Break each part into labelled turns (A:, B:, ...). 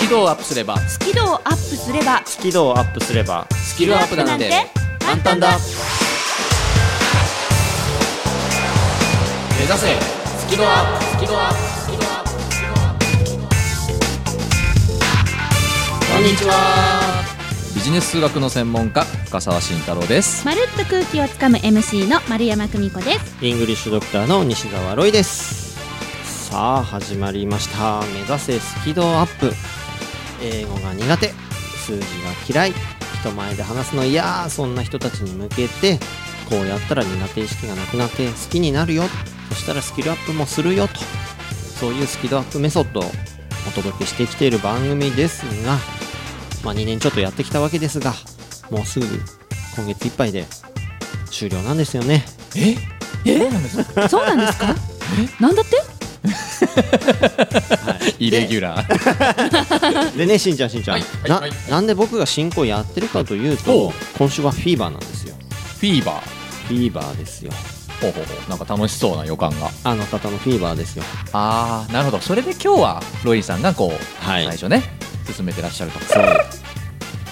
A: キ度をアップすれば
B: スキルをアップすれば
C: スキルをアップすれば
A: スキルアップなんて簡単だ目指せスキルアップスキルアップスキルアップこんにちはビジネス数学の専門家深澤慎太郎です
B: まるっと空気をつかむ MC の丸山久美子です
C: イングリッシュドクターの西澤ロイですさあ始まりました目指せスキルアップ英語が苦手数字が嫌い人前で話すの嫌そんな人たちに向けてこうやったら苦手意識がなくなって好きになるよそしたらスキルアップもするよとそういうスキルアップメソッドをお届けしてきている番組ですが、まあ、2年ちょっとやってきたわけですがもうすぐ今月いっぱいで終了なんですよね
A: え
B: そうなん ですかなんだって
A: イレギュラー
C: でねしんちゃんしんちゃん、
A: はいはい
C: な
A: はい
C: なんで僕が進行やってるかという
A: おう
C: と今週はフィーバーなんですよ
A: フィーバー
C: フィーバーですよ
A: ほうほうほうなんか楽しそうな予感が
C: あの方のフィーバーですよ
A: ああなるほどそれで今日はロイさんがこう、
C: はい
A: 最初ね進めてらっしゃると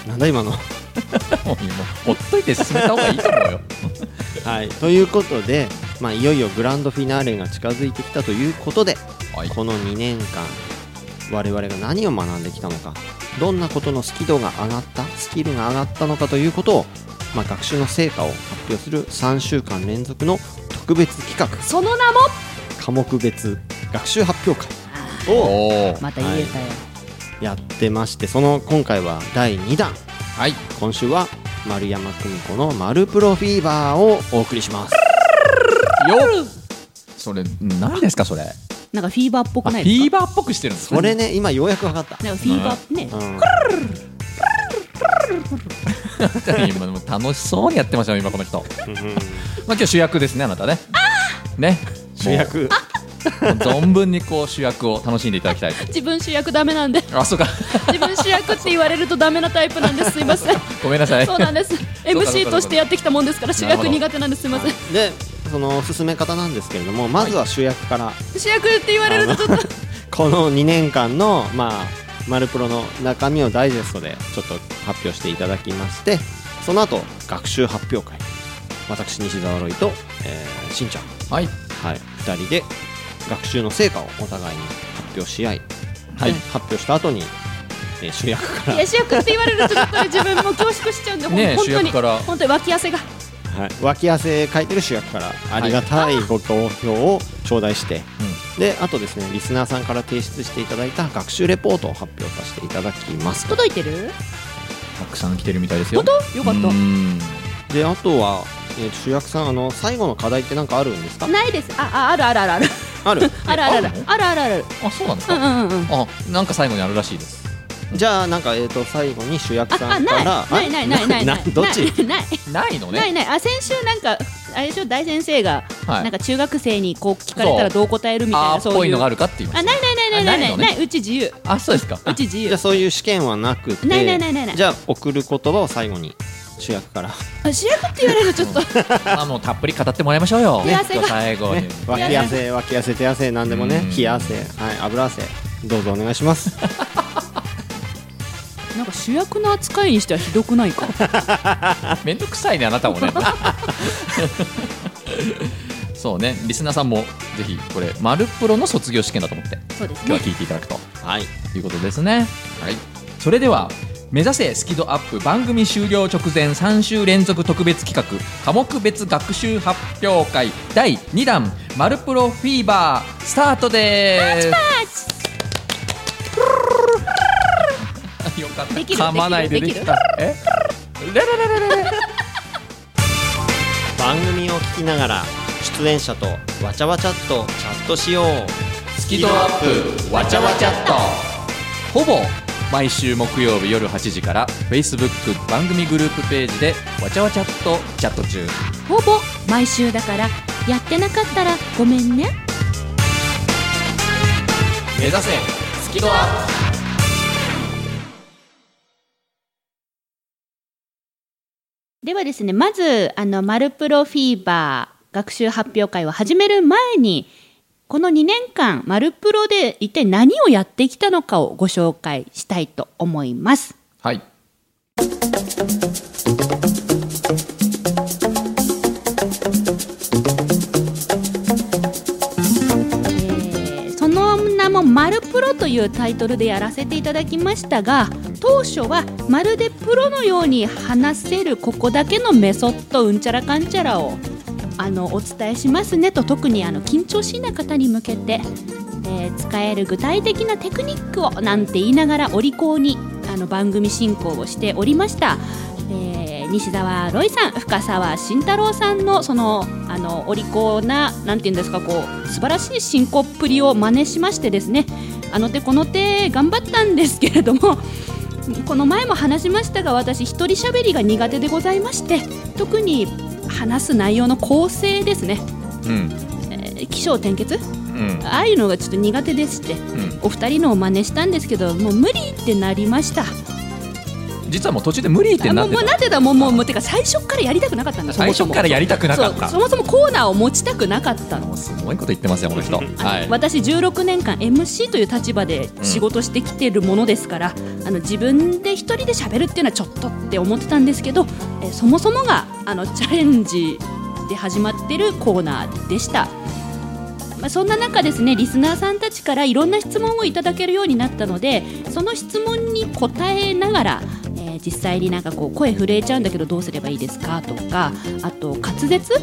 C: なんだ今の
A: もうほっといて進めた方がいいと思うよ
C: はいということで、まあ、いよいよグランドフィナーレが近づいてきたということで
A: はい
C: この2年間我々が何を学んできたのかどんなことのスキルが上がったスキルが上がったのかということを、まあ、学習の成果を発表する3週間連続の特別企画
B: その名も
C: 科目別学習発表会を
A: おー
B: また言えたよ、
C: やってましてその今回は第2弾
A: はい
C: 今週は丸山久美子の「マルプロフィーバー」をお送りします
A: よそれ何ですかそれ
B: なんかフィーバーっぽ
A: あ
B: く
A: フ
B: ない
A: ィ
B: です
A: ーバーっぽくしてるんです
C: それね今ようやく分かった
B: か、なんかフィーバーってね、
C: うん、
A: 今もう楽しそうにやってましたよ今この人まあ
C: うん
A: 今日主役ですねあなたねね
C: 主役
A: もう存分にこう主役を楽しんでいただきたいと
B: 自分主役ダメなん で
A: あそうか
B: 自分主役って言われるとダメなタイプなんですすいません
A: ごめんなさい
B: そうなんです
A: うかそう
B: MC
A: か
B: としてやってきたもんですから主
A: なるほ
B: 役
A: ど
B: 苦手なんですすいません
C: でその進め方なんですけれどもまずは主役から、
B: 主役って言われるとちょっと
C: この2年間のまあマルプロの中身をダイジェストでちょっと発表していただきましてその後学習発表会私西澤ロイと、えーしんちゃん
A: はい
C: はい、2人で学習の成果をお互いに発表し合い、はい、発表した後に、えー主 役か
B: いや主役って言われるとちょっとね自分も恐縮しちゃうんで、ほん
A: ねえ
B: 本当
A: 主
B: に
A: 役から
B: 本当に脇汗が
C: ら、はい、脇汗かいてる主役からありがたいご投票を頂戴して、であとですねリスナーさんから提出していただいた学習レポートを発表させていただきます
B: 届いてる
A: たくさん来てるみたいですよ
B: 本当よかっ
A: うーん
C: であとは、えー主役さんあの最後の課題って何かあるんです
B: た
C: か
B: ないですあああるあるあるある
C: あ る
B: あるある
A: あるの
B: あるあるあるある
A: あそうなんです
B: う
A: か、
B: んうんうんうん
A: あなんか最後にあるらしいです
C: じゃあなんか、えー、と最後に主役
B: あ
C: さ
B: あ
C: んか
B: ない
C: ら
B: ないないないないない
C: どっち
B: ない
A: な
B: ない
A: いのね
B: ないないあ先週なんかあれでしょ大先生が、
A: はい
B: なんか中学生にこう聞かれたらどう答えるみたい
A: あ
B: な
A: ー
B: そ
A: っ
B: ういう
A: ぽいのがあるかって言いま
B: あ
A: し
B: な
A: た
B: いないないないない
A: あな
B: な
A: いいのね
B: ないうち自由
A: あそうですか
B: うち自
C: じゃ
B: 由
C: あそういう試験はなくて
B: ないないないないない
C: じゃあ送る言葉を最後に主役から
B: あ主役って言われるとちょっと
A: あもうたっぷり語ってもらいましょうよ
B: 手汗
A: ちょ
B: が
A: っと最後に、
C: ね脇汗脇汗手汗なんでもね
A: うん
C: 冷や汗はい油汗どうぞお願いします
B: なんか主役の扱いにしてはひどくないか
A: めんどくさいねあなたもねそうねリスナーさんもぜひこれ「マルプロ」の卒業試験だと思って
B: そうです
A: 今
B: ね
A: 日は聞いていただくと
C: はい
A: いうことですねはいそれでは目指せスキドアップ番組終了直前3週連続特別企画科目別学習発表会第2弾「マルプロフィーバー」スタートですよかった。
B: できる
A: 噛まないでで
B: でき
A: き
B: る
A: た。え？レレレレレレ。
C: 番組を聞きながら出演者とわちゃわちゃっとチャットしよう
A: スキドアップわちゃわちゃっと。ほぼ毎週木曜日夜8時から Facebook 番組グループページでわちゃわちゃっとチャット中。
B: ほぼ毎週だからやってなかったらごめんね
A: 目指せスキドアップ。
B: ではですねまずあのマルプロフィーバー学習発表会を始める前にこの2年間、マルプロで一体何をやってきたのかをご紹介したいと思います。
A: はい
B: えーその名も「マルプロ」というタイトルでやらせていただきましたが当初はまるでプロのように話せるここだけのメソッドうんちゃらかんちゃらをあのお伝えしますねと特にあの緊張しいな方に向けて、えー使える具体的なテクニックをなんて言いながらお利口にあの番組進行をしておりました、えー西澤ロイさん深澤慎太郎さんのそのあのお利口ななんて言うんですかこう素晴らしい進行っぷりを真似しましてですねあの手この手頑張ったんですけれども この前も話しましたが私一人喋りが苦手でございまして特に話す内容の構成ですね、
A: うん
B: えー起承転結
A: うん
B: ああいうのがちょっと苦手でして
A: うん
B: お二人のを真似したんですけどもう無理ってなりました
A: 実はもう途中で無理って
B: あ
A: な
B: もう
A: って
B: もう
A: た
B: なってたもうもうもうてか最初からやりたくなかったんだ
A: 最初からやりたくなかった
B: そうそもそもコーナーを持ちたくなかったの
A: もうすごいこと言ってますよこの人は
B: あ
A: い
B: の私16年間 MC という立場で仕事してきてるものですから、あの自分で一人で喋るっていうのはちょっとって思ってたんですけど、えーそもそもがあのチャレンジで始まってるコーナーでした、まあ、そんな中ですねリスナーさんたちからいろんな質問をいただけるようになったのでその質問に答えながら、えー実際になんかこう声震えちゃうんだけどどうすればいいですかとかあと滑舌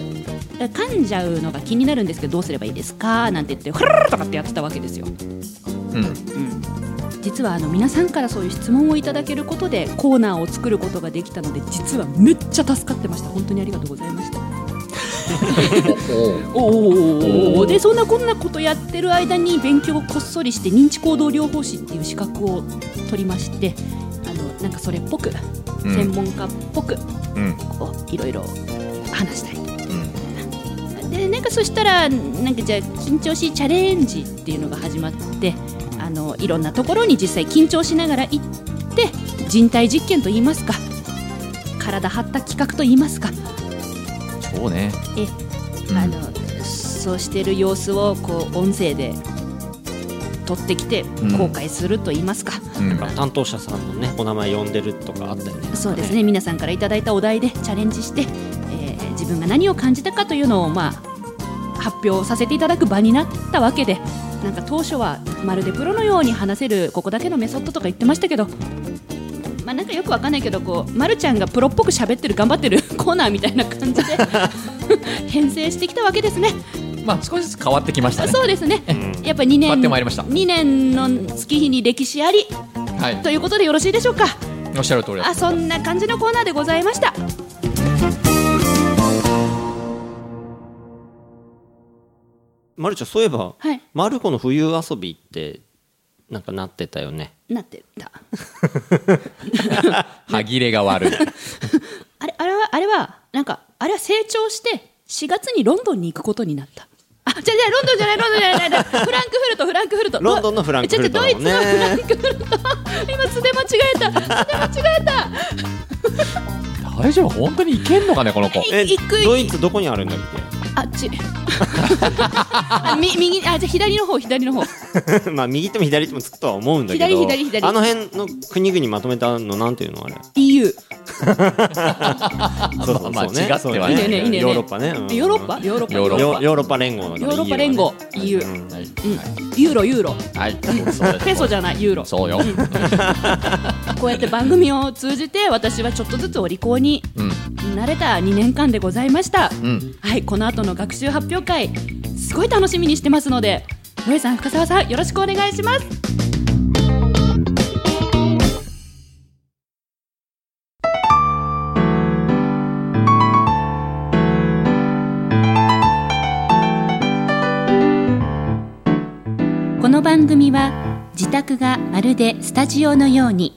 B: 噛んじゃうのが気になるんですけどどうすればいいですかなんて言ってフラララとかってやってたわけですよ、
A: うん
B: 実はあの皆さんからそういう質問をいただけることでコーナーを作ることができたので実はめっちゃ助かってました本当にありがとうございましたおおおおでそんなこんなことやってる間に勉強をこっそりして認知行動療法士っていう資格を取りましてあのなんかそれっぽく
A: うん
B: 専門家っぽく
A: うん
B: こういろいろ話したい
A: うん
B: でなんかそしたらなんかじゃあ緊張しチャレンジっていうのが始まってあのいろんなところに実際緊張しながら行って人体実験といいますか体張った企画といいますか、
A: そうね
B: え
A: うん
B: あのそうしてる様子をこう音声で撮ってきて
A: ん
B: 公開するといいますか、
A: うん
C: なんか担当者さんのねお名前呼んでるとかあったよね
B: そうですね皆さんからいただいたお題でチャレンジして、えー自分が何を感じたかというのを、まあ、発表させていただく場になったわけでなんか当初はまるでプロのように話せるここだけのメソッドとか言ってましたけど、まあ、なんかよくわかんないけどこう、ま、るちゃんがプロっぽく喋ってる頑張ってる コーナーみたいな感じで 編成してきたわけですね。
A: まあ少しずつ変わってきましたね
B: そうですね
C: うん
B: やっぱ2
A: 変わ
B: 年
A: ってまいりました
B: 2年の月日に歴史あり
A: はい
B: ということでよろしいでしょうか。
A: おっしゃる通りだ
B: あそんな感じのコーナーでございました。
C: まるちゃんそういえば、
B: はい
C: マルコの冬遊びってなんかなってたよね
B: なってた。
A: 歯切れが悪い
B: あれ、あれは、あれは、なんか、あれは成長して、4月にロンドンに行くことになった。あ、じゃじゃロンドンじゃない、ロンドンじゃない、ロンドンじゃないフランクフルト、フランクフルト。
C: ロンドンのフランクフルトだもんね
B: 違う違うドイツのフランクフルト。今、素で間違えた。素で間違えた。
A: 大丈夫本当にいけんのかねこの子
B: え行く
C: ドイツどこにあるんだっけ
B: あっち。あ、み、右、あ、じゃ、左の方、左の方。
C: まあ右手も左手もつくとは思うんだけど
B: 左左左
C: あの辺の国々まとめたのなんていうのあれ
B: EU。
C: そうそう
A: まあ
C: そうね
A: 違ってはい
B: ないいいねいいねいいね
C: ヨーロッパね、うん
B: ヨーロッパ、ヨーロッパ。
A: ヨーロッ
C: ヨヨーロッパ連合の
B: ヨーロッパ連合 EU
C: うん
A: はい
B: うんユーロ、ユーロ。
A: はいそうです
B: ペソじゃない、ユーロ。
A: そうよ
B: こうやって番組を通じて、私はちょっとずつお利口に
A: うん
B: 慣れた2年間でございました。
A: うん
B: はい、この後の学習発表会、すごい楽しみにしてますので、ロイさん、深澤さん、よろしくお願いします。この番組は自宅がまるでスタジオのように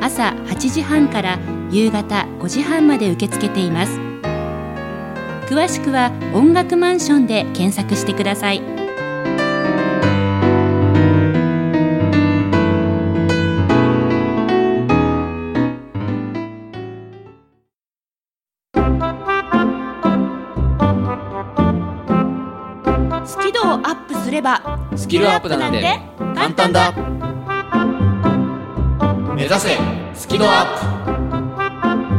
B: 朝8時半から夕方5時半まで受け付けています詳しくは音楽マンションで検索してくださいスキルをアップすれば
A: スキルアップなんて簡単だ目指せスキドアッ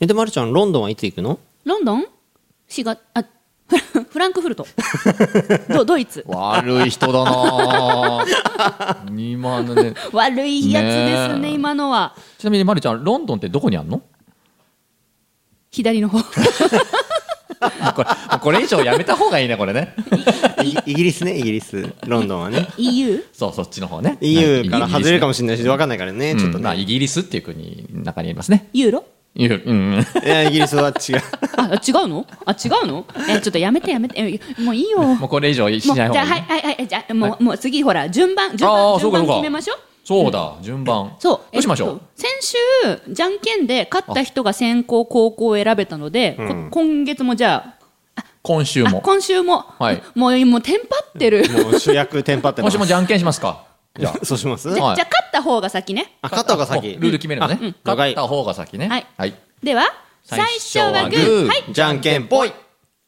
C: えでまるちゃんロンドンはいつ行くの
B: ロンドン4月あ フランフランクフルト ドドイツ
A: プ悪い人だなぁ今のね
B: 悪いやつです
A: ね
B: ね
A: え
B: 今のは
A: ちなみにまるちゃんロンドンってどこにあんの
B: 左の方
A: これこれ以上やめた方がいいねこれね
C: イイギリスねイギリスロンドン はね
B: EU
A: そうそっちの方ね
C: EU から外れるかも
A: し
C: しれないし分かんないからねちょっと
A: まあ
C: ね
A: イギリスっていう国の中にありますね
B: ユーロ
A: いやうん
C: いやイギリスは違う
B: あ違うのあ違うのえちょっとやめてやめてえもういいよも
A: もうこれ以上し
B: うじ
A: ない
B: ゃ
A: 方
B: あ
A: がいい
B: はいはいはいじゃあもう,、もう次ほら順番順
A: あ
B: 番
A: ーそう
B: 順
A: か
B: 番
A: そうか
B: 決めましょう
A: そうだ順番
B: そう
A: どうしましょ
B: えっ
A: う
B: と先週じゃんけんで勝った人が先行後攻を選べたので、こ今月もじゃ
A: 今週
B: ああ
A: も
B: 今週も、
A: はい
B: もうもうテンパってる
C: もう主役テンパってま
A: 今
C: す
A: 週もじゃんけんしますかじゃ
C: そうします
B: じゃ,、
A: はい
B: じゃあ勝った方が先ね。
C: あ肩が
A: あもう
C: 先
A: ルール決めるのね
C: あうん
A: 勝った方が先ね
B: はい
A: はい
B: では最初はグー。はい。
C: じゃんけんぽい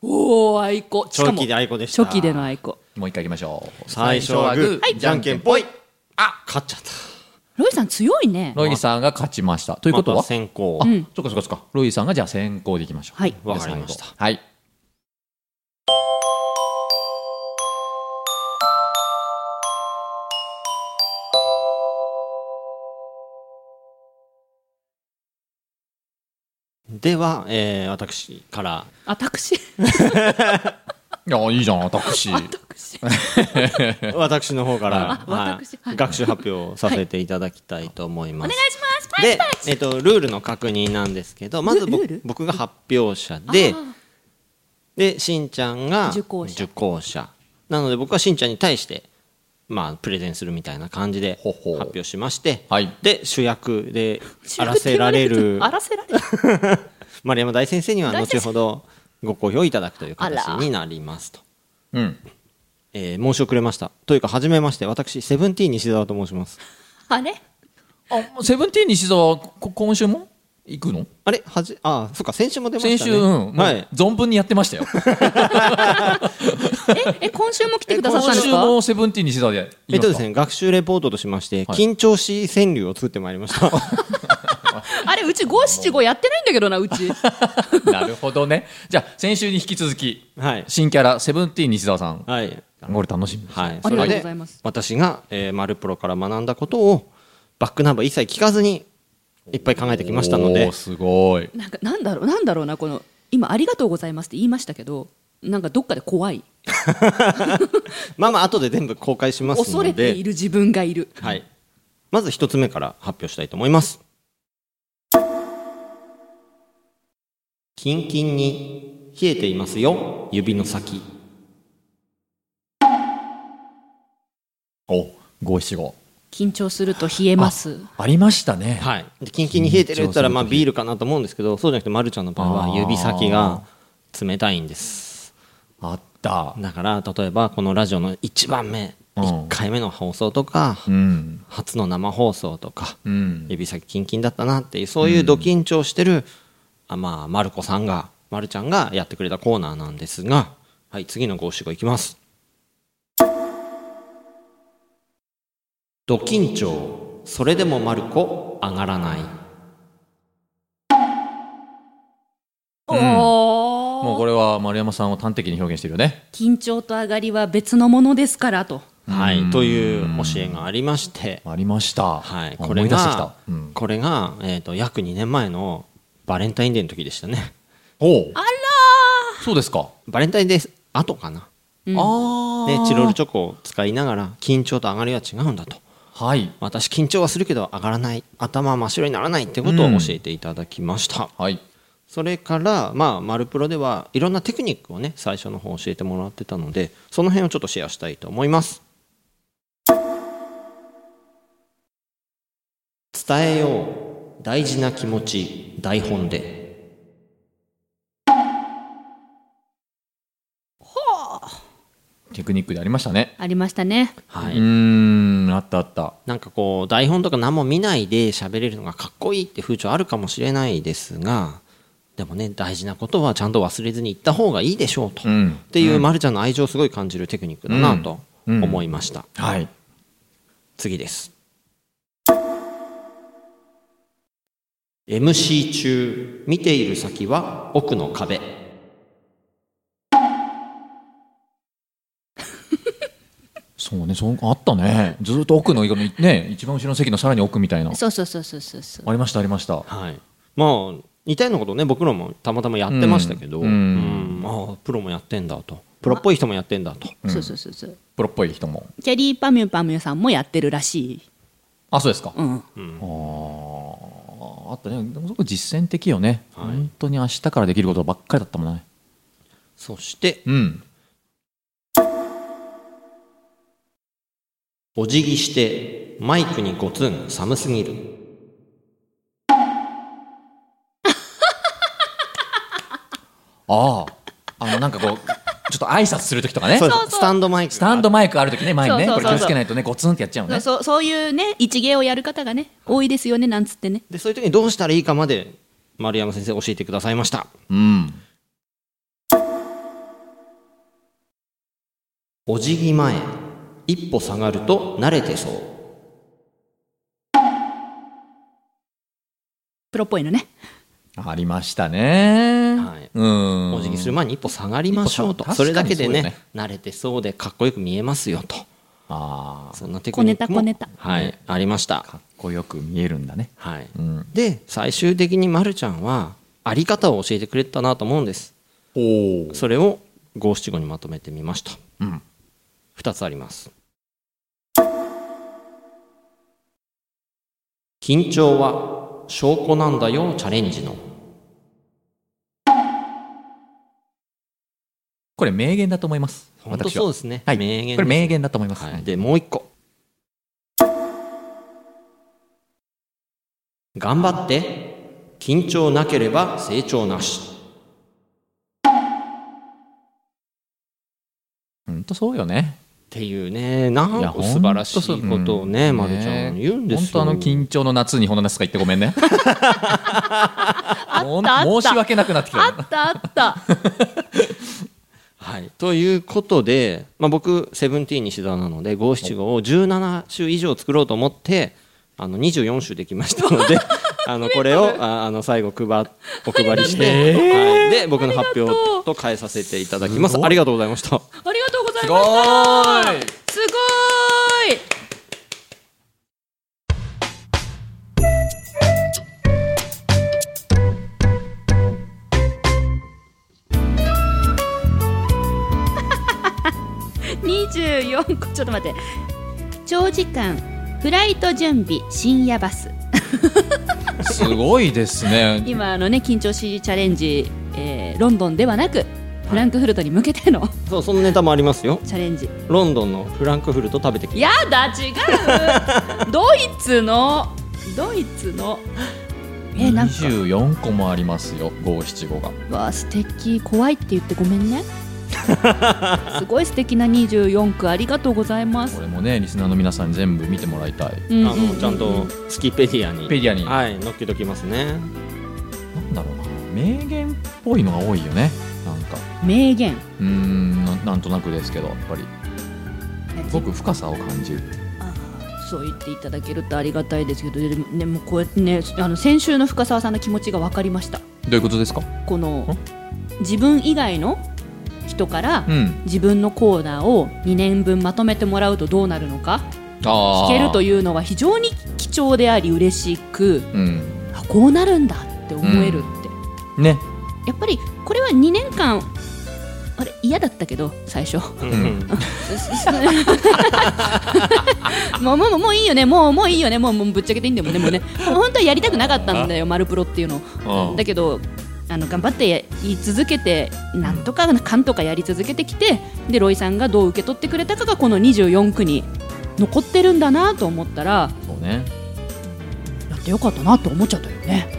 B: おお、あいこ。しか
C: 長
B: も
C: 期でアイコでした
B: 初期でのあいこ。
A: もう一回いきましょう
C: 最初はグーじゃんけんぽい
A: あ
C: 勝っちゃった
B: ロイさん強いね。
A: ロイさんが勝ちましたということ
C: ま
A: は
C: た先行
A: あそっかそっかそっかロイさんがじゃあ先行でいきましょう
B: はい
C: わかりました
A: じゃあ最後はい
C: では、えー、私から
B: 私。
A: いやいいじゃん私
B: 私。
C: 私の方から、
B: あ私はい
C: 学習発表をさせていただきたいと思います。
B: お願いします。パチ
C: で
B: パ、
C: えっと、ルールの確認なんですけどまず
B: ルルール
C: 僕僕が発表者
B: チ。
C: で
B: あー
C: でしんちゃんが
B: 受講者
C: 講者なので僕はしんちゃんに対して、まあ、プレゼンするみたいな感じで
A: ほほう
C: 発表しまして
A: はい
C: で主役で
B: 主
C: あ
B: 役
C: ら
B: って
C: せ
B: 言わ
C: られる
B: あらせられる。
C: 丸山大先生には
B: 大先
C: 後
B: 生
C: ほどご好評いただくという形
B: あら
C: になりますと。
A: うん
C: えー申し遅れましたというか初めまして私セブンティーン西澤と申します
B: あれ。
A: あセブンティーン西澤こ今週も行くの
C: あれはじあそっか先週も出ましたね
A: 先週うんもう
C: はい
A: 存分にやってましたよ
B: え、え、今週も来てくださった
A: 今
B: んです
A: 週
B: か。
A: もセブンティーン西澤で
C: え
A: 行
C: っ
A: き
C: と
A: ま
C: ですす
A: か
C: ね学習レポートとしまして、
A: はい
C: 緊張し川柳を作ってまいり ました
B: あれ、うち五七五やってないんだけどな、うち。
A: なるほどねじゃあ先週に引き続き
C: はい
A: 新キャラセブンティーン西澤さん
C: はい
A: これ楽しみです
C: はい
B: ありがとうご
C: で
B: ざいます
C: 私が、えー、マルプロから学んだことをバックナンバー一切聞かずにいっぱい考えてきましたの
A: お
C: で
A: ーすごい
B: なんか、なんだろう、なんだろうな、この。今ありがとうございますって言いましたけど。なんかどっかで怖い。
C: まあまあ後で全部公開しますので
B: 恐れている自分がいる。
C: はい、まず一つ目から発表したいと思いますキンキンに冷えていますよ指の先
A: お五七五
B: 緊張すると冷えます。
A: ありましたね
C: はいでキンキンに冷えてるって言ったら
A: 緊張する
C: まあビールかなと思うんですけどそうじゃなくてまるちゃんの場合
A: あ
C: は
A: ー
C: 指先が冷たいんです
A: あった
C: だから例えばこのラジオの1番目
A: うん
C: 1回目の放送とか
A: うん
C: 初の生放送とか
A: うん
C: 指先キンキンだったなっていうそういうド緊張してる、あまあまる子さんがまるちゃんがやってくれたコーナーなんですがはい次の五七五いきますド緊張それでもまる子上がらない
B: おお。
A: もうこれは丸山さんを端的に表現してるよね
B: 緊張と上がりは別のものですからと。
C: はいという教えがありまして
A: ありました
C: はい
A: あ
C: これ
A: 思い出してきた
C: が
A: うん
C: これがえーと約2年前のバレンタインデーの時でしたね
A: おう
B: あら
A: そうですか
C: バレンタインデー後かな
A: あー
C: でチロルチョコを使いながら緊張と上がりは違うんだと
A: はい
C: 私緊張はするけど上がらない頭は真っ白にならないってことを
A: うん
C: 教えていただきました、
A: はい
C: それから、まあ、マルプロではいろんなテクニックをね最初の方教えてもらってたのでその辺をちょっとシェアしたいと思います伝えよう大事な気持ち台本で
A: テクニックでありましたね。
B: ありましたね
C: は
A: うーん、あったあった。
C: なんかこう台本とか何も見ないで喋れるのがかっこいいって風潮あるかもしれないですがでもね大事なことはちゃんと忘れずに言った方がいいでしょうと、
A: う
C: っ
A: ん。
C: ていうまるちゃんの愛情をすごい感じるテクニックだなと
A: うん
C: 思いました、
A: はい。
C: 次です MC 中見ている先は奥の壁
A: そうね、そうあったね。ずっと奥のね、一番後ろの席のさらに奥みたいな。
B: そうそうそうそうそうそう
A: ありましたありました。
C: はいまあ似たようなことをね僕らもたまたまやってましたけど、
A: うん
C: うんああプロもやってんだとプロっぽい人もやってんだと
B: そうそうそうそう
A: プロっぽい人も。
B: キャリーパミュパミュさんもやってるらしい
A: あ、そうですか。
B: う
A: あ
B: ん
A: ーあったね。でもすごく実践的よね、本当に明日からできることばっかりだったもんね。
C: そして
A: うん。
C: お辞儀してマイクにゴツン寒すぎる
A: ああ。あの、なんかこう、ちょっと挨拶するときとかね。
C: そう
A: ス
B: そう
C: スタンドマイク
A: タンドマイクあるときね、前にね。
B: そう
A: こ
B: そう
A: れ
B: そう
A: 気をつけないとね、ゴツンってやっちゃうね。
B: そうそういうね一芸をやる方がね多いですよねなんつってね
C: でそういう時にどうしたらいいかまで丸山先生教えてくださいました
A: うん。
C: お辞儀前一歩下がると慣れてそう
B: プロっぽいのね
A: ありましたね。
C: はい
A: うん。
C: お辞儀する前に一歩下がりましょう
A: 一
C: と
A: 歩
C: そ
A: 下
C: れだけでね
A: 確かに
C: 慣れてそうでかっこよく見えますよと
A: あ
C: そんなテクニックも
B: こねたこね
C: はいありました
A: あ。かっこよく見えるんだね。
C: はい、
A: うん。
C: で最終的にまるちゃんはあり方を教えてくれたなと思うんです
A: おお。
C: それを五七五にまとめてみました
A: うん。
C: 2つあります緊張は証拠なんだよチャレンジの
A: これ名言だと思います。
C: 本当そうですね、
A: はい。
C: 名言
A: これ
C: で
A: 名言だと思います。
C: す、はい、でもう一個頑張って緊張なければ成長なし
A: 本当そうよね。
C: っていうねなん
A: い
C: か
A: や
C: 素晴らしいことをね、ま
A: 本当そう
C: るちゃん言うんですよ
A: 本当あの緊張の夏にこんな夏が言ってごめん ね。もう
B: あった
A: 申し訳なくなってき
B: あ
A: た。
B: ったあった
C: はい、ということで、まあ、僕セブンティーン西澤なので五七五を17週以上作ろうと思ってあの24週できました のであのこれをああの最後配お配りして、はい、で僕の発表と変えさせていただきます
A: すごい
C: ありがとうございました
B: ありがとうござい
A: す
B: ま
A: ごーい。
B: すすごーい24個ちょっと待って長時間フライト準備深夜バス
A: すごいですね。
B: 今あのね緊張しチャレンジ、えーロンドンではなくフランクフルトに向けての
C: そうそのネタもありますよ
B: チャレンジ
C: ロンドンのフランクフルト食べてき
B: やだ違 うドイツのドイツのえなん
A: 二
B: か
A: 十四個もありますよ。五七五が。
B: わあ素敵怖いって言ってごめん ねすごい素敵な24区ありがとうございます
A: これもねリスナーの皆さんに全部見てもらいたい。
B: あ
C: あのちゃんとスキペディアに
A: ペディアに
C: はい、載っけときますね
A: なんだろうな。名言っぽいのが多いよね。なんか。
B: 名言
A: うーんななんとなくですけどやっぱりすごく深さを感じる
B: あーそう言っていただけるとありがたいですけどでもでもこうやってねあの先週の深澤さんの気持ちが分かりました
A: どういうことですか
B: この自分以外の人から
A: うん
B: 自分のコーナーを2年分まとめてもらうとどうなるのか
A: あ
B: 聞けると
A: いう
B: いうのは非常に貴重であり嬉しく
A: うん
B: あこうなるんだって思えるって、
A: ね
B: やっぱりこれは2年間あれ嫌だったけど 最初
C: うん
A: ん
B: もうもうもうもういいよねもうもういいよねもうもうぶっちゃけていいんだよもうねもうね本当はやりたくなかったんだよマルプロっていうの
A: あ
B: だけどあの頑張って言い続けてなんとかかんとかやり続けてきてでロイさんがどう受け取ってくれたかがこの24区に残ってるんだなと思ったら
A: そうね
B: やってよかったなって思っちゃったよね。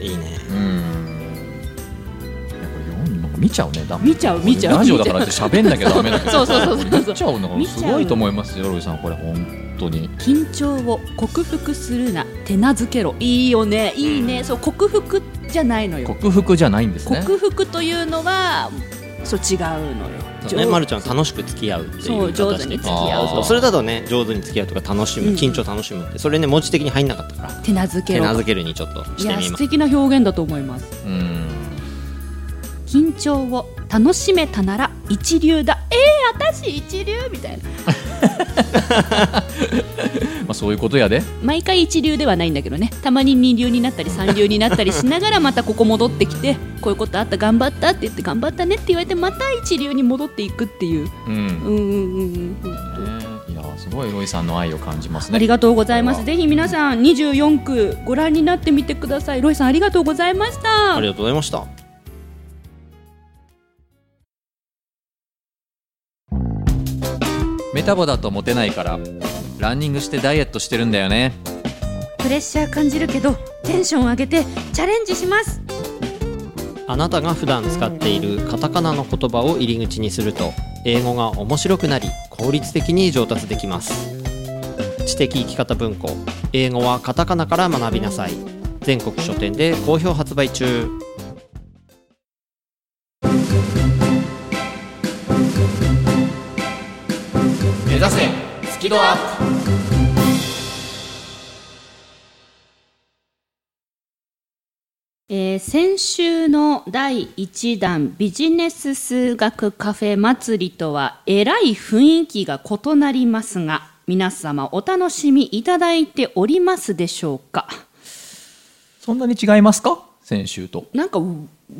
C: いいね
A: うーんいやこれ読んなんか見ちゃうねダメ
B: 見ちゃう見ちゃう
A: ラジオだからって喋んなきゃダメだけど
B: そう そうそうそうそう
A: 見ちゃうのがすごいと思いますよロイさんこれ本当に
B: 緊張を克服するな手なずけろいいよねいいね、そう克服じゃないのよ
A: 克服じゃないんですね
B: 克服というのはそう違うのよ
C: そうね、ま、る
B: 上
C: ちゃん楽しく付き合うっていう
B: そう上手に付き合
A: うと
C: あーそれだとね上手に付き合うとか楽しむ
B: うん
C: 緊張楽しむってそれね文字的に入んなかったから
B: 手なずけ
C: 手
B: ろ
C: なずけるにちょっと
B: い
C: して
B: や
C: み
B: 素
C: ます
B: 敵な表現だと思います
A: うーん
B: 緊張を楽しめたなら一流だえー、私一流みたいな
A: まあそういうことやで
B: 毎回一流ではないんだけどねたまに二流になったり三流になったりしながらまたここ戻ってきて こういうことあった頑張ったって言って頑張ったねって言われてまた一流に戻っていくっていう
A: うんね
B: うんうんうんうん
A: いやすごいロイさんの愛を感じますね
B: ありがとうございま
A: こ
B: す。
A: れは
B: ぜひ皆さん24区ご覧になってみてください。ロイさんありがとうございました
C: あり。がとうございました
A: メタボだとモテないからランニングしてダイエットしてるんだよね
B: プレッシャー感じるけどテンション上げてチャレンジします。
C: あなたが普段使っているカタカナの言葉を入り口にすると英語が面白くなり効率的に上達できます知的生き方文庫英語はカタカナから学びなさい全国書店で好評発売中
A: 目指せスキドアップ
B: えー先週の第1弾ビジネス数学カフェ祭りとはえらい雰囲気が異なりますが皆様お楽しみいただいておりますでしょうか
A: そんなに違いますか先週と
B: なんかう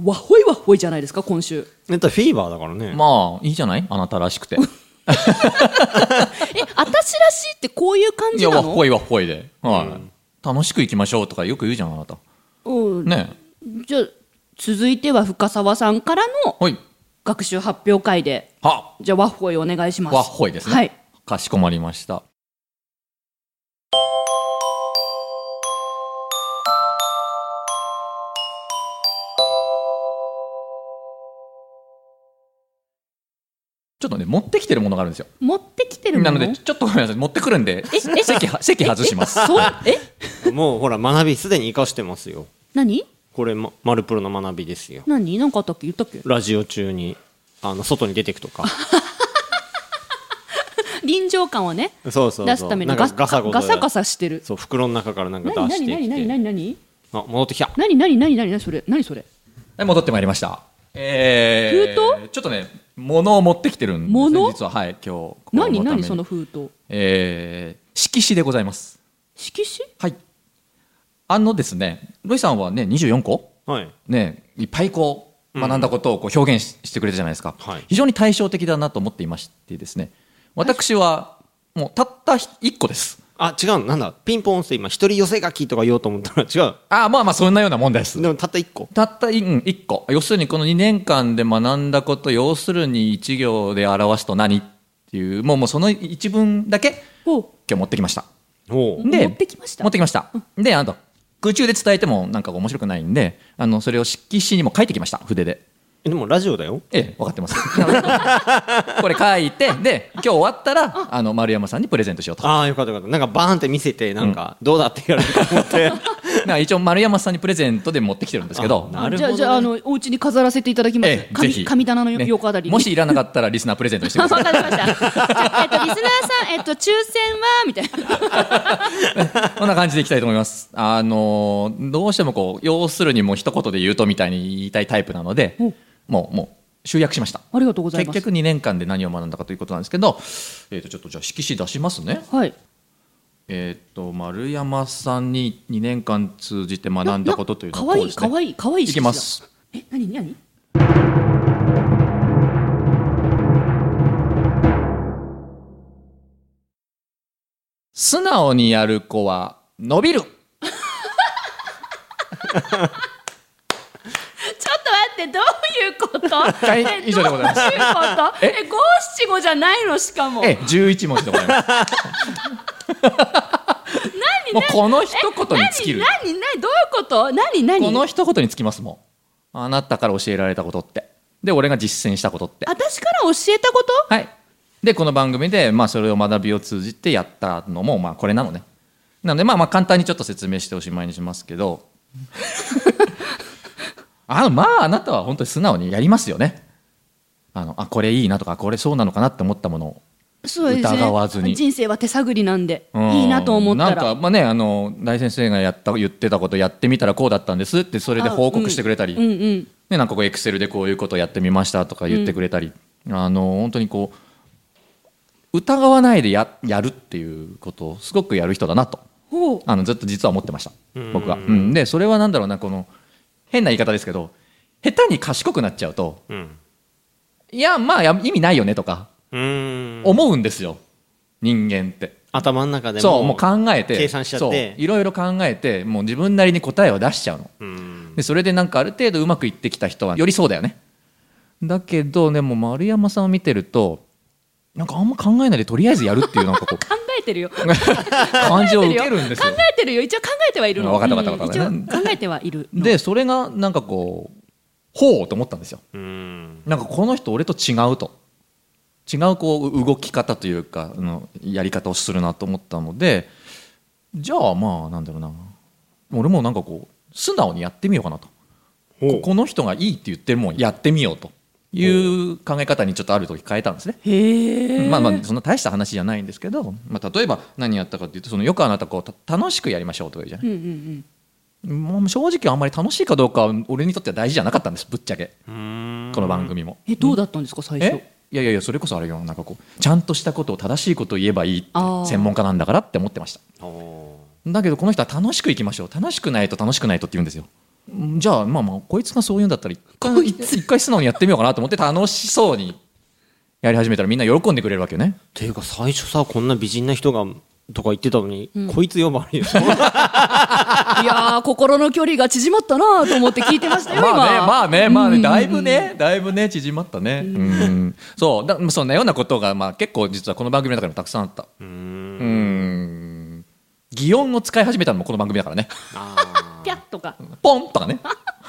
B: わほいわほいじゃないですか今週
C: ネタフィーバーだからね
A: まあいいじゃ ないあなたらしくて
B: え私らしいってこういう感
A: い
B: じ
A: や
B: な
A: わっ
B: の
A: ほいわっほいで、はい楽しくいきましょうとかよく言うじゃんあなた
B: うん
A: ね
B: じゃあ続いては深澤さんからの
A: はい
B: 学習発表会で
A: は
B: じゃあワッホイお願いします
A: わっほいですね、
B: はい
A: かしこまりましたちょっとね持ってきてるものがあるんですよ
B: 持ってきてるも
A: な
B: の
A: のでちょっとごめんなさい持ってくるんで
B: ええ
A: 席は席外します
B: そうえ
C: もうほら学びすでに生かしてますよ
B: 何
C: これ、ま、マルプロの学びですよ
B: 何なんかあったっけ言ったっけ
C: ラジオ中にあの外に出てくと か
B: 臨場感をね
C: そうそうそう
B: 出すために
C: な
B: ガ
C: んかガサゴソ
B: ガサガサしてる
C: そう袋の中からなんか
B: 何
C: 出して
B: 何
C: きて
B: 何何何何
C: あ戻ってきた
B: 何何何何何それ何それ
A: はい、戻ってまいりました。えー、
B: 封
A: ちょっとね、物を持ってきてるんです、ね。
B: 物
A: 実は、はい、今日このために。
B: 何何その封筒
A: えー、色紙でございます。
B: 色紙
A: はい。あのですね、ロイさんはね、24個
C: はい
A: ね、いっぱいこう、学んだことをこう表現し,、てくれたじゃないですか、
C: はい
A: 非常に対照的だなと思っていましてですね、私は、もうたった1個です。
C: あ違うのなんだピンポンって今一人寄せ書きとか言おうと思ったら違う
A: ああ、まあまあ、そんなようなもんです
C: で。もたった一個
A: たった1個要するにこの2年間で学んだこと要するに1行で表すと何っていうもうもうその一文だけ
B: を
A: 今日持ってきました
C: おう
A: で
B: 持ってきました
A: 持ってきましたであと空中で伝えてもなんか面白くないんであのそれを色紙にも書いてきました筆で
C: えでもラジオだよ
A: ええ分かってます これ書いてで今日終わったらあの丸山さんにプレゼントしようと
C: ああよかったよかったなんかバーンって見せてなんかどうだって言われるかと思って、
A: だから一応丸山さんにプレゼントで持ってきてるんですけど
C: あなるほ
B: じゃ
C: どね
B: あじゃああのお家に飾らせていただきます
A: ええ、ぜ
B: 神
A: ひ
B: 神棚のよ
A: ね
B: 横あたりに
A: もしいらなかったらリスナープレゼントしてく
B: あ
A: だ
B: わ
A: さい
B: かりました。じゃあえっと、リスナーさん、えっと、抽選はみたいな。
A: こんな感じでいきたいと思います。あのーどうしてもこう、要するにもう一言で言うとみたいに言いたいタイプなので
B: お、
A: もう、もう、集約しました。
B: ありがとうござい
A: 結
B: ます。
A: 局2年間で何を学んだかということなんですけど、えっ、と、ちょっとじゃあ色紙出しますね。
B: はい。
A: えっ、と、丸山さんに2年間通じて学んだことというのは
B: 可
A: こう
B: 愛
A: で
B: い
A: すね。
B: 可愛い可愛い
A: いきます。
B: 色紙だ。え、何何？
A: 素直にやる子は伸びる。
B: ってどういうこと
A: はい
B: え
A: 以上でございます
B: どういうこと
A: え
B: え五七五じゃないのしかも
A: ええ、11文字でござい ます。 もうこの一言に尽き
B: 何
A: る。
B: 何何どういうこと何何
A: この一言に尽きますもん。あなたから教えられたことって。で、俺が実践したことって。
B: 私から教えたこと
A: はい。で、この番組で、まあ、それを学びを通じてやったのも、まあ、これなのね。なので、まあ、まあ、簡単にちょっと説明しておしまいにしますけ ど。あの、まあ、あなたは本当に素直にやりますよね。あの、あ、これいいなとか、これそうなのかなって思ったものを。
B: そうですね
A: 疑わずに
B: 人生は手探りなんで
A: うん
B: いいなと思った
A: なんからまあねあの大先生がやった言ってたことやってみたらこうだったんですってそれで報告してくれたり、
B: うんうん
A: ねなんかこうエクセルでこういうことやってみましたとか言ってくれたり、あの本当にこう疑わないでややるっていうことをすごくやる人だなと
B: ほう
A: あのずっと実は思ってました僕は。うん、でそれはなんだろうなこの変な言い方ですけど下手に賢くなっちゃうと
C: うん
A: いやまあや意味ないよねとか
C: うーん
A: 思うんですよ、人間って。
C: 頭の中で
A: そうもう考えて
C: 計算しちゃって
A: そういろいろ考えてもう自分なりに答えを出しちゃうの
C: うん
A: でそれでなんかある程度うまくいってきた人はよりそうだよねだけどでも丸山さんを見てるとなんかあんま考えないでとりあえずやるっていうなんかこ う
B: 考えてるよ考
A: 感じを
B: え
A: 受
B: て
A: け
B: る
A: るん
B: よ考
A: ですよ
B: えてるよ一応考えてはいるの
A: わかったわかったわかった
B: うん一応考えてはいるの
A: でそれがなんかこうほうと思ったんですよ
C: うん
A: なんかこの人俺と違うと違うこう動き方というかあのやり方をするなと思ったのでじゃあまあなんだろうな俺もなんかこう素直にやってみようかなと
C: ほう
A: ここの人がいいって言ってるもんやってみようという考え方にちょっとある時変えたんですね。
B: へえ
A: まあまあそんな大した話じゃないんですけど、まあ、例えば何やったかっていうとそのよくあなたこうた楽しくやりましょうとか言うじゃ
B: うんうんうん
A: ない、もう正直あんまり楽しいかどうかは俺にとっては大事じゃなかったんですぶっちゃけ
C: うーん
A: この番組も。
B: えどうだったんですか最初
A: えいやいやいやそれこそあれよなんかこうちゃんとしたことを正しいことを言えばいいって
B: あー
A: 専門家なんだからって思ってました
C: お
A: だけどこの人は楽しくいきましょう楽しくないと楽しくないとって言うんですよんじゃあまあまあこいつがそう言うんだったら一回一回素直にやってみようかなと思って楽しそうにやり始めたらみんな喜んでくれるわけよね
C: ていうか最初さこんな美人な人がとか言ってたのに、こいつ呼ばれるよ
B: いやー心の距離が縮まったなーと思って聞いてました
A: ま
B: よ
A: あねまあねまあ
B: う
A: ね
B: ん
A: だいぶねだいぶね縮まったねうんそうだそんなようなことがまあ結構実はこの番組の中でもたくさんあった
C: うーん
A: うん擬音を使い始めたのもこの番組だからね
C: あ
B: 今ピャッとか
A: ポンとかね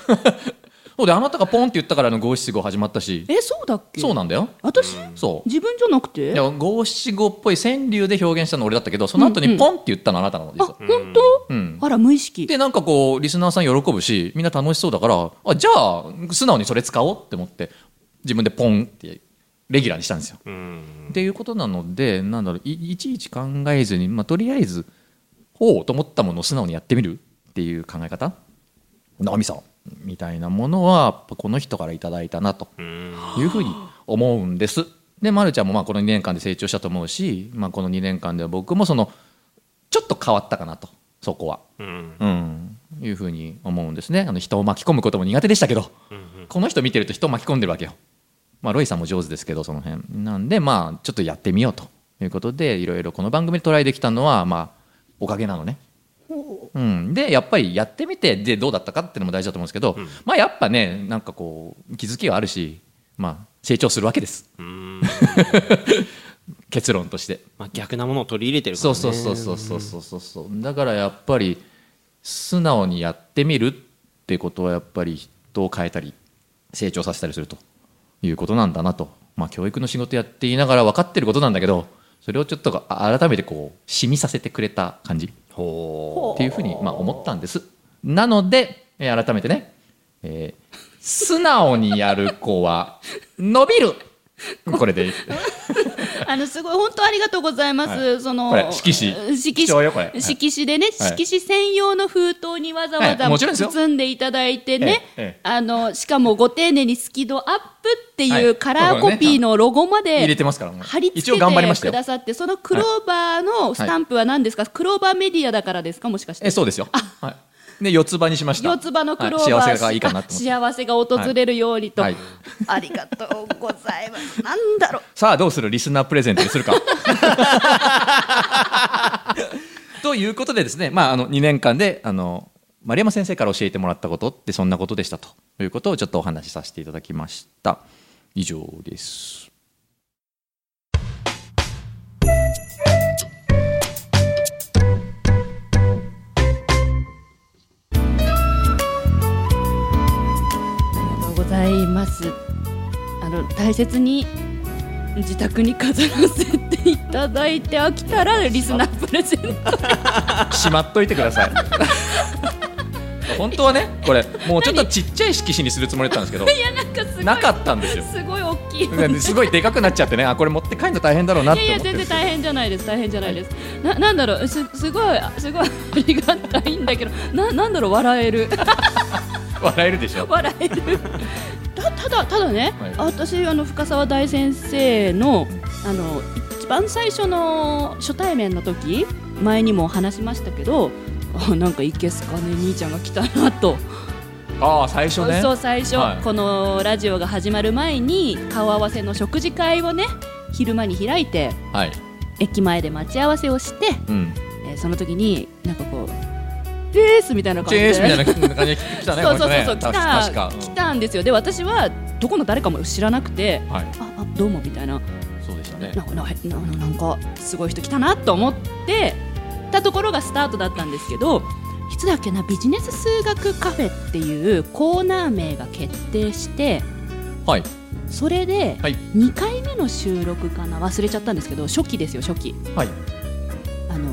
A: そうであなたがポンって言ったからあの五七五始まったし
B: えそうだっけ
A: そうなんだよ
B: 私
A: そう
B: 自分じゃなくて
A: いや五七五っぽい川柳で表現したの俺だったけどその後にポンって言ったのあなたなのです
B: あ
A: よ、
B: 本当
A: うん
B: あら無意識
A: でなんかこうリスナーさん喜ぶしみんな楽しそうだからあじゃあ素直にそれ使おうって思って自分でポンってレギュラーにしたんですよ。
C: ーうん
A: っていうことなのでなんだろういいちいち考えずに、まあ、とりあえずほうと思ったものを素直にやってみるっていう考え方直美さんみたいなものはやっぱこの人からいただいたなと
C: うん
A: いうふうに思うんです。で、ま、るちゃんもまあこの2年間で成長したと思うし、まあ、この2年間では僕もそのちょっと変わったかなとそこは、
C: うん
A: うん、いうふうに思うんですねあの人を巻き込むことも苦手でしたけど
C: うん
A: この人見てると人を巻き込んでるわけよ、まあ、ロイさんも上手ですけどその辺なんでまあちょっとやってみようということでいろいろこの番組でトライできたのはまあおかげなのね。うん、でやっぱりやってみてでどうだったかっていうのも大事だと思うんですけど、まあやっぱねなんかこう気づきはあるし、まあ、成長するわけです
C: うん
A: 結論として。
C: まあ逆なものを取り入れてるから
A: そ
C: ね
A: うそうそうそうそうそうそうそうだからやっぱり素直にやってみるってことはやっぱり人を変えたり成長させたりするということなんだなとまあ教育の仕事やっていながら分かってることなんだけどそれをちょっとがあ改めてこう染みさせてくれた感じっ
C: ほ
A: ていうふうにまあ思ったんですなのでえー改めてね、えー素直にやる子は伸びるこれで
B: あのすごい本当ありがとうございます。
A: はい
B: その
A: これ色紙
B: 色
A: 貴重よこれは
B: 紙
A: い
B: 色紙でね、色紙専用の封筒にわざわ
A: は
B: ざ
A: いもちろんですよ
B: 包んでいただいてね
A: ええええ、
B: あのしかもご丁寧にスキドアップって
A: はいいう
B: カラーコピーのロゴまで
A: 入れて ますからもう
B: 貼り付け
A: 一応頑張りましてた
B: く
A: よ
B: ださって、そのクローバーのスタンプは何ですか？クローバーメディアだからですかもしかして
A: え、？そうですよ。はい。ね、四つ葉にしました。
B: 四つ葉のクローバー、
A: はい幸せがいいかなと思って。
B: 幸せが訪れるようにと、
A: はいはい
B: ありがとうございます。なんだろう。
A: さあ、どうするリスナープレゼントにするか。ということでですね、まあ、あの、2年間で、あの、丸山先生から教えてもらったことってそんなことでしたということをちょっとお話しさせていただきました以上です
B: ありがとうございますあの大切に自宅に飾らせていただいて飽きたらリスナープレゼント
A: しまっといてください本当はねこれもうちょっとちっちゃい色紙にするつもりだったんですけ
B: いやなんかすご
A: ど
B: い
A: なかったんですよ
B: すごい大きい
A: すごいでかくなっちゃってねあこれ持って帰るの大変だろうなっ
B: い
A: て
B: やい
A: 思
B: や
A: ってる
B: 全
A: んで
B: 然
A: すよ
B: 大変じゃないです大変じゃないです、ななんだろうすすごいすごいありがたいんだけどななんだろう笑える
A: 笑えるでしょ
B: 笑える たただただね、
A: はい
B: あ私あの深澤大先生のあの一番最初の初対面の時前にも話しましたけどあなんかいけすかね兄ちゃんが来たなと
A: ああ最初ね
B: そう最初、
A: はい
B: このラジオが始まる前に顔合わせの食事会をね昼間に開いて
A: はい
B: 駅前で待ち合わせをして、
A: うん
B: えーその時になんかこう「ペース」みたいな感
A: チ
B: じで
A: ェースみたいな感じで来たね
B: そうそうそうそ
A: この人
B: う来
A: ね
B: た
A: 確か確
B: 来
A: か
B: たんですよで私はどこの誰かも知らなくて
A: うんはい
B: 「ああどうも」みたいな
A: そうでしたね
B: なんかなんかななんかすごい人来たなと思ってたところがスタートだったんですけどいつだっけなビジネス数学カフェっていうコーナー名が決定して
A: はい
B: それで
A: はい
B: 2回目の収録かな忘れちゃったんですけど初期ですよ初期
A: はい
B: あの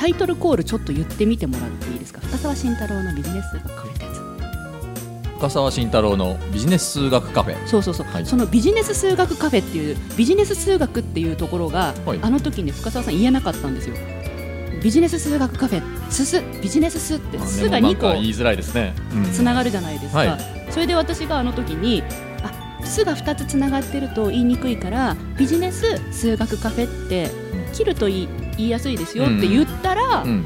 B: タイトルコールちょっと言ってみてもらっていいですか深澤慎太郎のビジネス数学カフェってやつ
A: 深澤慎太郎のビジネス数学カフェ
B: そうそうそう、
A: はい
B: そのビジネス数学カフェっていうビジネス数学っていうところが、
A: はい
B: あの時に深澤さん言えなかったんですよビジネス数学カフェすすビジネスすってすが
A: まあで
B: 2
A: もなんか
B: 個
A: 言いづらいですねうん
B: つながるじゃないですか、
A: は
B: それで私があの時にあすが2つつながってると言いにくいからビジネス数学カフェって切ると言い言いやすいですよって言ったら、
A: うん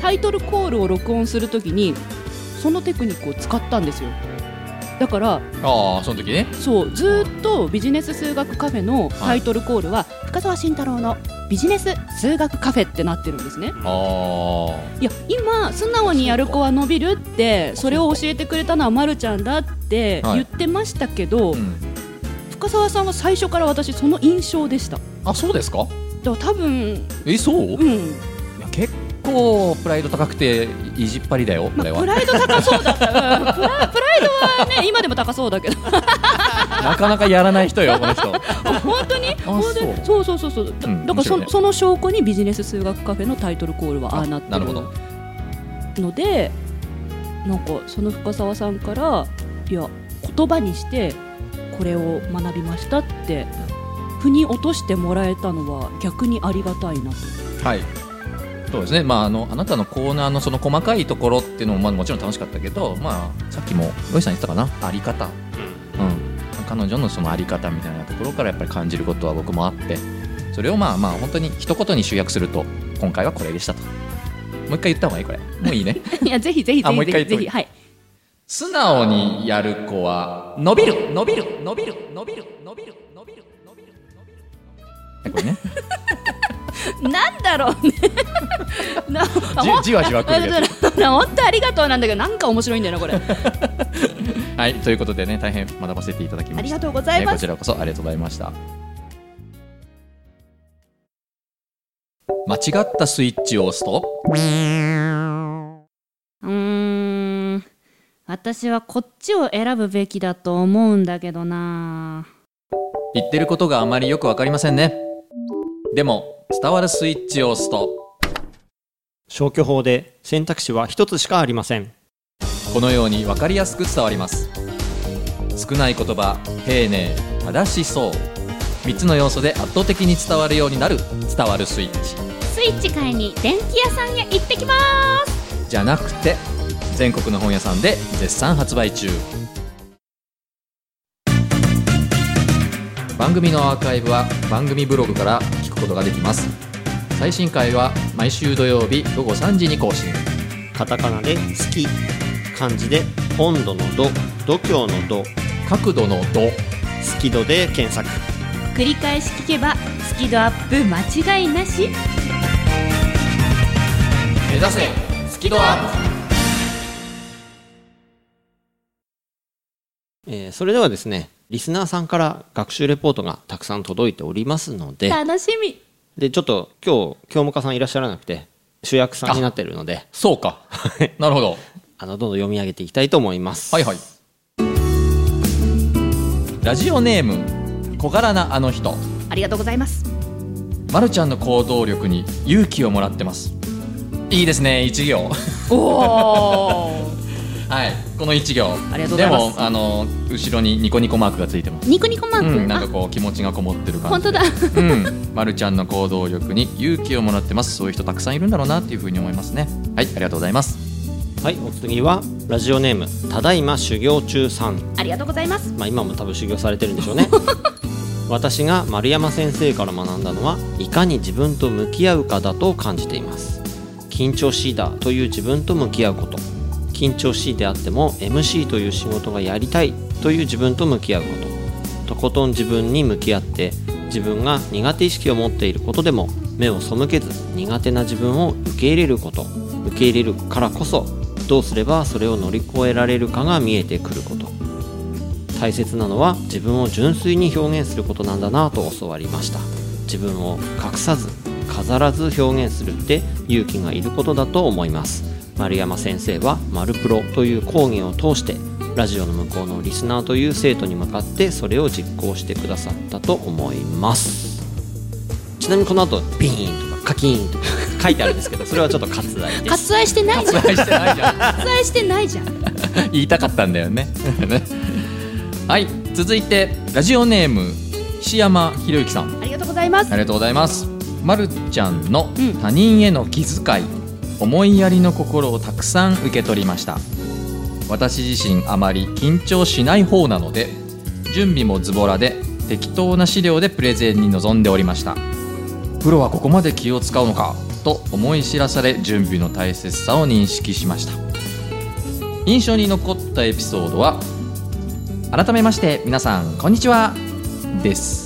B: タイトルコールを録音するときにそのテクニックを使ったんですよだから
A: ああその時ね
B: そうずーっとビジネス数学カフェのタイトルコールは深澤慎太郎のビジネス数学カフェってなってるんですね
A: ああ
B: いや今素直にやる子は伸びるってそれを教えてくれたのはまるちゃんだって
A: はい
B: 言ってましたけど、
A: うん
B: 深澤さんは最初から私その印象でした
A: あそうですか
B: だから多分
A: えそう
B: うん
A: いや結構プライド高くて意地っぱりだよこ
B: ま
A: れ
B: あ、プ
A: は
B: ライド高そう だった、うんプラプライドはね今でも高そうだけど
A: なかなかやらない人よこの人
B: 本当に
A: あ
B: 本当にそうそうそうそうだ,、
A: うん
B: か
A: 面
B: らそ
A: 白いね
B: その証拠にビジネス数学カフェのタイトルコールはああなって
A: な
B: る
A: るほど
B: のでなんかその深澤さんからいや言葉にしてこれを学びましたって腑に落としてもらえたのは逆にありがたいなと
A: はいそうですねまああのあなたのコーナーのその細かいところっていうのも、まあ、もちろん楽しかったけどまあさっきもロイさん言ってたかなあり方うん彼女のそのあり方みたいなところからやっぱり感じることは僕もあってそれをまあまあ本当に一言に集約すると今回はこれでしたともう一回言った方がいいこれもういい ね
B: いやぜひぜひぜ
A: あもう
B: ひ
A: 一回
B: ぜひぜ
A: 言っとい
B: ひ
A: て
B: はい
A: 素直にやる子は伸びる伸びる伸びる伸びる伸びる伸びる伸びる伸びるはいこれね
B: なんだろ うねな
A: じ
B: ほ ん
A: じわじわ来るや
B: な本当ありがとうなんだけどなんか面白いんだよなこれ
A: はいということでね大変学ばせていただきました
B: ありがとうござい
A: えー
B: ま
A: こち
B: す
A: らこそありがとうございました間違ったスイッチを押すと
B: うーん私はこっちを選ぶべきだと思うんだけどな
A: 言ってることがあまりよくわかりませんねでも伝わるスイッチを押すと
C: 消去法で選択肢は一つしかありません
A: このようにわかりやすく伝わります少ない言葉丁寧正しそう3つの要素で圧倒的に伝わるようになる伝わるスイッチ
B: スイッチ買いに電気屋さんへ行ってきまーす
A: じゃなくて全国の本屋さんで絶賛発売中番組のアーカイブは番組ブログから聞くことができます最新回は毎週土曜日午後3時に更新
C: カタカナで「好き」漢字で「温度の度」「度胸の度」
A: 角度の度
C: 「好き度」で検索
B: 繰り返し聞けばスキドアップ間違いなし
A: 目指せスキドアップ
C: えーそれではですねリスナーさんから学習レポートがたくさん届いておりますので
B: 楽しみ
C: でちょっと今日京務課さんいらっしゃらなくて主役さんになってるので
A: そうか。 なるほど。
C: あのどんどん読み上げていきたいと思います
A: はいはい。ラジオネーム、小柄なあの人。
B: ありがとうございます
A: まるちゃんの行動力に勇気をもらってます。いいですね、一行。
B: おお
A: はい、この一行。
B: ありがとうございます
A: でも、あの、後ろにニコニコマークがついてます。
B: ニコニコマーク、
A: うん、なんか
B: あ
A: こう気持ちがこもってる感
B: 本
A: じ
B: 当だ
A: うん、まるちゃんの行動力に勇気をもらってますそういう人たくさんいるんだろうなっていうふうに思いますねはいありがとうございます
C: はいお次はラジオネームただいま修行中さん
B: ありがとうございます
C: まあ、今も多分修行されてるんでしょうね私が丸山先生から学んだのはいかに自分と向き合うかだと感じています緊張しいだという自分と向き合うこと緊張しいであっても MC という仕事がやりたいという自分と向き合うこととことん自分に向き合って自分が苦手意識を持っていることでも目を背けず苦手な自分を受け入れること受け入れるからこそどうすればそれを乗り越えられるかが見えてくること大切なのは自分を純粋に表現することなんだなと教わりました自分を隠さず飾らず表現するって勇気がいることだと思います丸山先生は「丸プロ」という講義を通してラジオの向こうのリスナーという生徒に向かってそれを実行してくださったと思いますちなみにこの後ビーンとかカキーンとか書いてあるんですけどそれはちょっと割愛です
B: 割愛してないじゃ
A: 愛
B: ん
A: してないじゃん
B: 割愛してないじゃん
A: 言いたかったんだよね はい続いてラジオネーム石山博之さん
B: ありがとうございます
A: ありがとうございますまるちゃんの
B: うん
A: 他人への気遣い、思いやりの心をたくさん受け取りました私自身あまり緊張しない方なので準備もズボラで適当な資料でプレゼンに臨んでおりましたプロはここまで気を使うのかと思い知らされ準備の大切さを認識しました印象に残ったエピソードは改めまして皆さんこんにちはです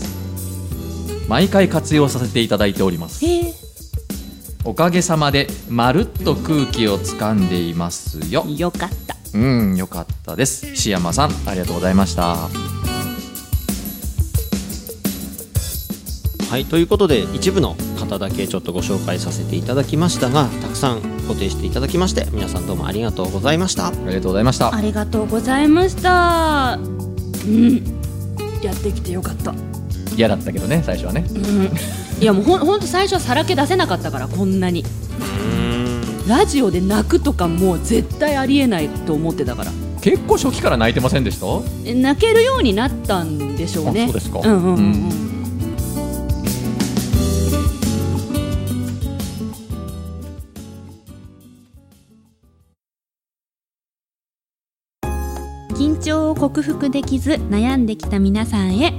A: 毎回活用させていただいております
B: へえ
A: おかげさまでまるっと空気をつかんでいますよ
B: よかった
A: うんよかったです石山さんありがとうございました
C: はい、ということで一部の方だけちょっとご紹介させていただきましたがたくさんご提していただきまして皆さんどうもありがとうございました
A: ありがとうございました
B: ありがとうございましたうんやってきてよかった
A: 嫌だったけどね最初はね
B: いやもうほんほんと最初はさらけ出せなかったからこんなにラジオで泣くとかもう絶対ありえないと思ってたから
A: 結構初期から泣いてませんでした
B: え泣けるようになったんでしょうね
A: あそうですか
B: うんうんうんうん、
A: う
B: 緊張を克服できず悩んできた皆さんへ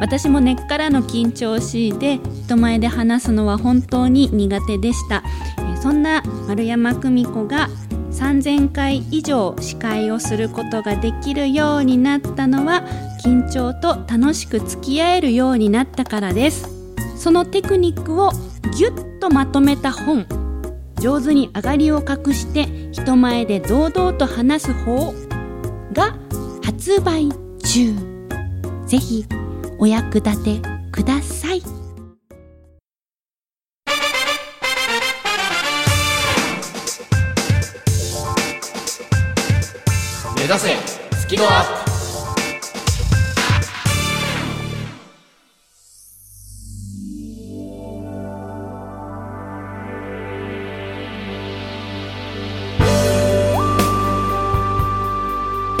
B: 私も根っからの緊張を強いて人前で話すのは本当に苦手でしたえーそんな丸山久美子が3000回以上司会をすることができるようになったのは緊張と楽しく付き合えるようになったからですそのテクニックをぎゅっとまとめた本上手に上がりを隠して人前で堂々と話す方が発売中ぜひお役立てください
A: 目指せスキルアップ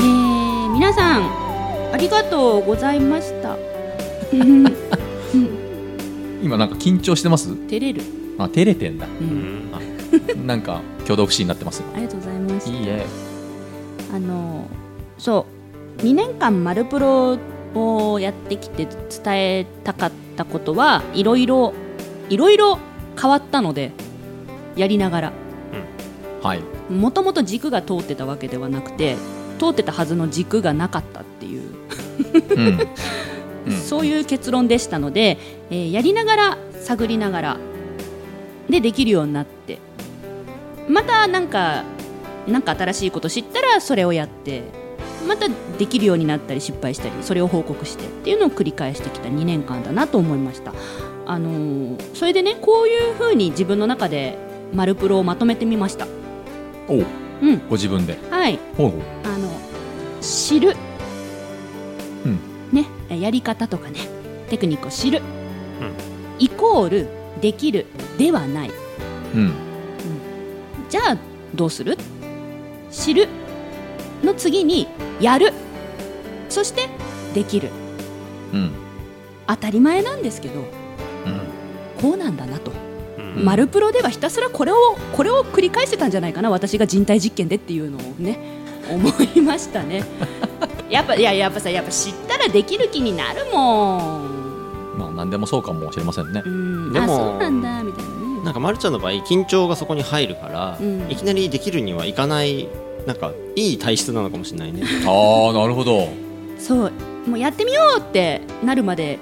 B: えー、皆さんありがとうございましたうん
A: 今なんか緊張してます
B: 照れる、
A: あ照れてんだ
B: うん、
A: なんか挙動不審になってます
B: ありがとうございます
A: いいえ
B: あのそう2年間「マルプロ」をやってきて伝えたかったことはいろいろいろいろ変わったのでやりながら
A: はい
B: もともと軸が通ってたわけではなくて通ってたはずの軸がなかったっていう
A: うんうん
B: そういう結論でしたので、えーやりながら探りながらでできるようになってまたなんかなんか新しいこと知ったらそれをやってまたできるようになったり失敗したりそれを報告してっていうのを繰り返してきた2年間だなと思いました。あのーそれでねこういうふうに自分の中で「マルプロ」をまとめてみました。
A: おう
B: うん
A: ご自分で
B: はい、
A: ほうほう
B: あの知る、
A: うん
B: ねやり方とかねテクニックを知る、イコールできるではない
A: うん
B: じゃあどうする知るの次にやるそしてできる
A: うん
B: 当たり前なんですけど
A: うん
B: こうなんだなと、
C: うん
B: マルプロではひたすらこれをこれを繰り返してたんじゃないかな私が人体実験でっていうのをね思いました ねやっぱいややっぱさやっぱ知ったらできる気になるもん
A: まあ何でもそうかもしれませんね
B: うん
C: で
B: あ
C: も
B: そうなんだみたいなね
C: なんかまるちゃんの場合緊張がそこに入るから、
B: うん
C: いきなりできるにはいかないなんかいい体質なのかもしれないね
A: ああなるほど
B: そうもうやってみようってなるまで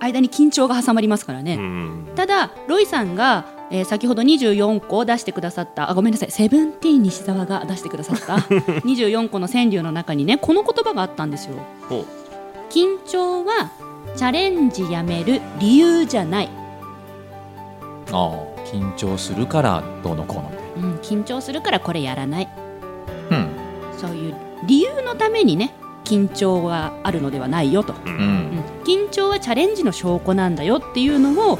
B: 間に緊張が挟まりますからね、
C: うん
B: ただロイさんが、えー先ほど24個を出してくださったあごめんなさいセブンティーン西澤が出してくださった 24個の川柳の中にねこの言葉があったんですよ
C: ほう
B: 緊張はチャレンジやめる理由じゃない、
A: ああ緊張するからどうのこうのみ
B: うん、緊張するからこれやらない
A: たいな
B: そういう理由のためにね緊張はあるのではないよと、
C: う
A: うんうん
B: うんん、緊張はチャレンジの証拠なんだよっていうのを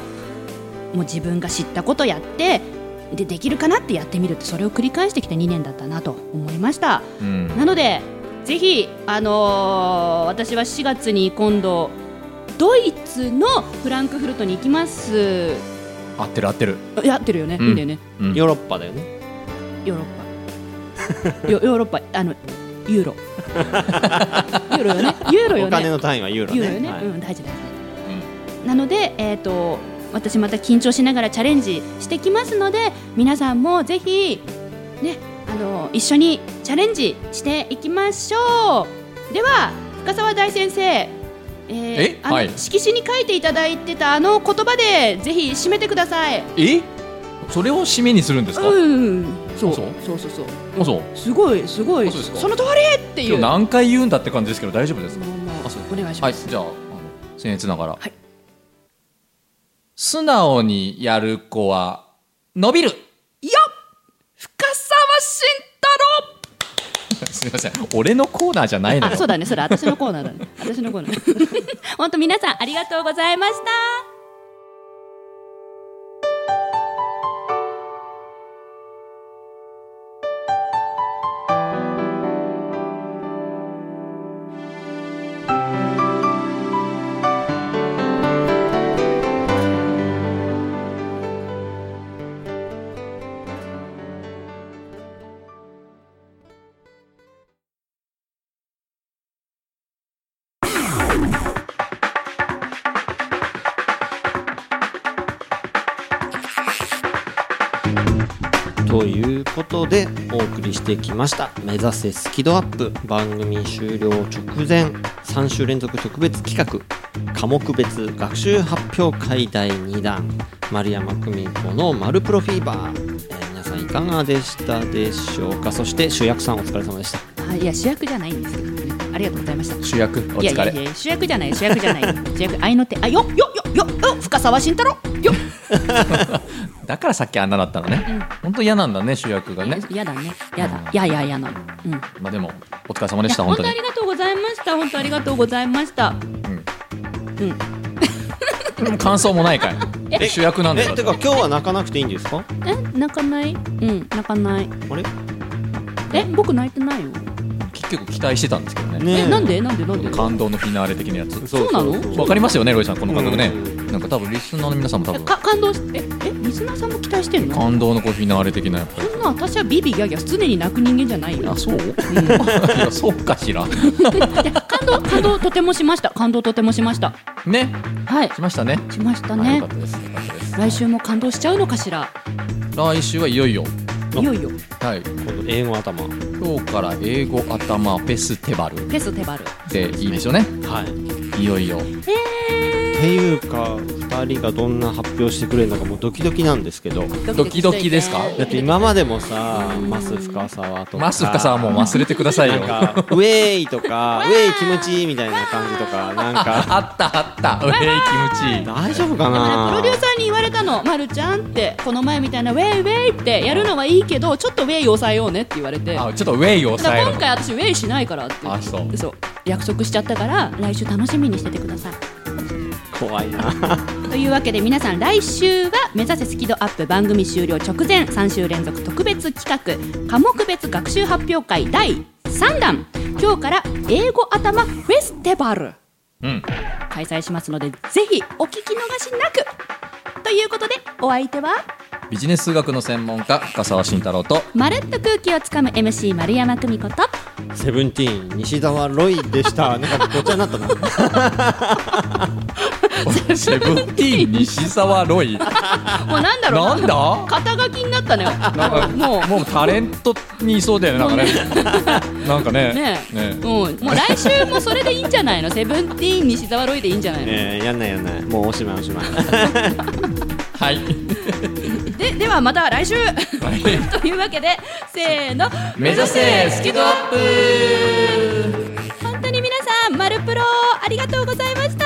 B: もう自分が知ったことやってでできるかなってやってみるってそれを繰り返してきた2年だったなと思いました。
A: うん
B: なのでぜひ、あのー私は4月に今度ドイツのフランクフルトに行きます
A: 合ってる合ってる
B: あやってるよね、
A: うん
B: いいんだよね
A: うん
C: ヨーロッパだよね
B: ヨーロッ パヨヨーロッパあのユーロユーロよねユーロよね
C: お金の単位はユーロ
B: ユ
C: ね
B: ーロよね、
C: はい
B: うん大事大事、なのでえっ、と私また緊張しながらチャレンジしてきますので皆さんもぜひねあの一緒にチャレンジしていきましょうでは深澤大先生えー
A: え
B: あの
A: はい
B: 色紙に書いていただいてたあの言葉でぜひ締めてください。
A: えそれを締めにするんですか、
B: うん、そう
A: そう
B: そうそうそう。
A: あそう
B: すごいすごい
A: あそうですか
B: の通りってい
A: 今日何回言うんだって感じですけど大丈夫ですか
B: もうもう
A: あそう
B: お願いし
A: は
B: ま
A: い
B: す、
A: じゃああの僭越ながら、
B: はい
A: 素直にやる子は伸びる
B: い、や深澤慎 太
A: すみません俺のコーナーじゃないの
B: 郎
A: よ
B: あそうだねそれ私のコーナーだね私のコーナー 本当皆さんありがとうございました
C: ということでお送りしてきました「目指せスキドアップ」番組終了直前3週連続特別企画科目別学習発表会第2弾丸山久美子の「マルプロフィーバー」えー皆さんいかがでしたでしょうかそして主役さんお疲れ様でした
B: あいや主役じゃないんですけどねありがとうございました
A: 主役お疲れ
B: いやいやいや主役じゃない主役 じゃない主役愛の手あよよよよよ深澤慎太郎よ
A: だからさっきあんなだったのね、本当嫌なんだね主役がね
B: やだねやだいやいやいやなのうん
A: まあでもお疲れ様で
B: い
A: し
B: や
A: た本
B: 本
A: 当
B: 当
A: に
B: ありがとうございました本当ありがとうございましたうん
A: うん感想もないかい主役なんだ
C: えてか今日は泣かなくていいんですか
B: え泣かないうん泣かない
C: あれ
B: え僕泣いてないよ
A: 結局期待してたんですけどね
C: ね
B: えなんでなんでなんで
A: 感動のフィナーレ的なやつ
B: そうなの
A: わかりますよねロイさんこの感覚ね
C: うん
A: なんか多分リスナーの皆さんも多分
B: か感動しええリスナーさんも期待してんの
A: 感動のこうフィナーレ的なやっぱり
B: そんな私はビビギャギャ常に泣く人間じゃないよ
A: あそう、 いやそうかしら
B: いや感動感動とてもしました感動とてもしました
A: ね
B: はい
A: しましたね
B: しました
A: あよ
B: ね
A: かったですよかったです
B: 来週も感動しちゃうのかしら
A: 来週はいよいよ
C: あ
B: いよいよ
A: はい
C: 今度英語頭は
A: 今日から英語頭フェスティバル
B: フェスティバル
A: でいいですよね
C: い
A: いよいよ
B: えー
C: ていうか2人がどんな発表してくれるのかもうドキドキなんですけど
A: ドキドキですか
C: だって今までもさマス深沢とか
A: マス深さはもう忘れてください
C: な
A: よ
C: んかウェイとかウェイ気持ちいいみたいな感じとかなんか
A: あったあったウェイ気持ちいい
C: 大丈夫か
B: でもねプロデュ
C: な
B: ーサーに言われたの、ま、るちゃんってこの前みたいなウェイウェイってやるのはいいけどちょっとウェイ抑えようねって言われてだか
A: あちょっとウェイを抑え
B: ら
A: る
B: 今回私ウェイしないからって言って
A: あそう
B: そう約束しちゃったから来週楽しみにしててください
C: 怖いな
B: というわけで皆さん来週は「目指せスキドアップ」番組終了直前3週連続特別企画科目別学習発表会第3弾今日から英語頭フェスティバル
A: うん
B: 開催しますのでぜひお聞き逃しなくということでお相手は
A: ビジネス数学の専門家深澤慎太郎と
B: まるっと空気をつかむ MC 丸山久美子と
C: セブンティーン西澤ロイでしたなんかごちゃになったな
A: セブンティーン西澤ロイ
B: もうなんだろう
A: なんだ
B: 肩書きになったねもう
A: もうタレントにいそうだよねなんかねなんか ね
B: ねえ
A: ね
B: うん、もう来週もそれでいいんじゃないのセブンティーン西沢ロイでいいんじゃないの、
C: ねえやんないやんないもうおしまいおしまい
A: はい
B: でではまた来週 というわけでせーの
A: 目指せスキドアップ
B: 本当に皆さん「マルプロ」ありがとうございました